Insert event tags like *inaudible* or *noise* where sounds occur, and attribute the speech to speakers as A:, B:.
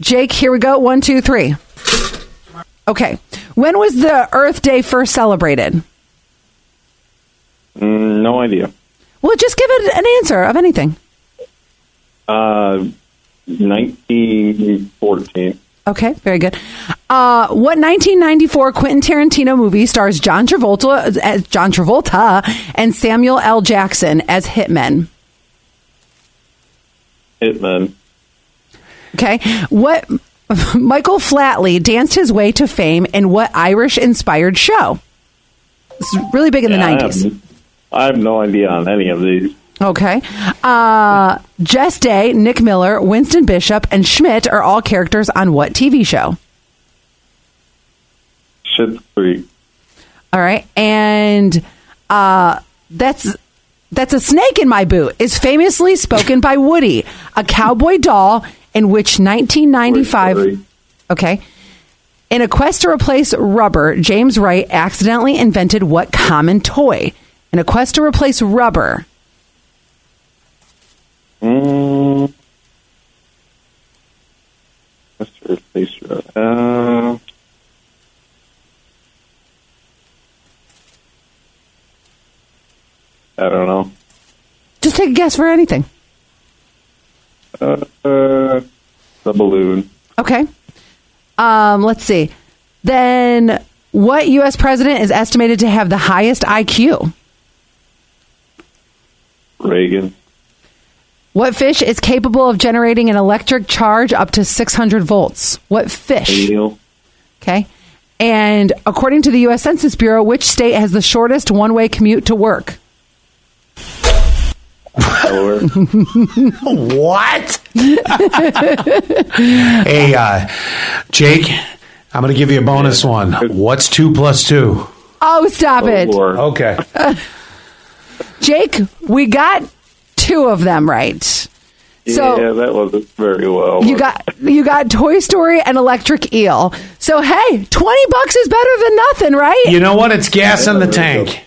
A: Jake, here we go. One, two, three. Okay. When was the Earth Day first celebrated?
B: Mm, no idea.
A: Well, just give it an answer of anything.
B: Uh, 1914.
A: Okay, very good. Uh, what 1994 Quentin Tarantino movie stars John Travolta, as John Travolta, and Samuel L. Jackson as hitmen?
B: Hitman.
A: Okay, what *laughs* Michael Flatley danced his way to fame in what Irish-inspired show? It's really big in
B: Yeah, I
A: the 90s.
B: have- I have no idea on any of these.
A: Okay. Uh, Jess Day, Nick Miller, Winston Bishop, and Schmidt are all characters on what TV show?
B: Shit Creek.
A: All right, and uh, that's that's a snake in my boot is famously spoken by Woody, a cowboy doll in which 1995. Okay, in a quest to replace rubber, James Wright accidentally invented what common toy? In a quest to replace rubber,
B: Mm. Mr. Replacer. Uh, I don't know.
A: just take a guess for anything.
B: Uh, uh, the balloon.
A: Okay. Um, let's see. Then, what U.S. president is estimated to have the highest IQ?
B: Reagan.
A: What fish is capable of generating an electric charge up to 600 volts? What fish?
B: Neil.
A: Okay. And according to the U.S. Census Bureau, which state has the shortest one way commute to work? *laughs*
B: Or
C: What? hey, uh, Jake, I'm going to give you a bonus one. What's two plus two?
A: Oh, stop it.
B: or
C: Okay.
A: Jake, we got two of them right. So
B: yeah, that wasn't very well.
A: you got you got Toy Story and Electric Eel. So hey, 20 bucks is better than nothing, right?
C: You know what? It's gas in the tank.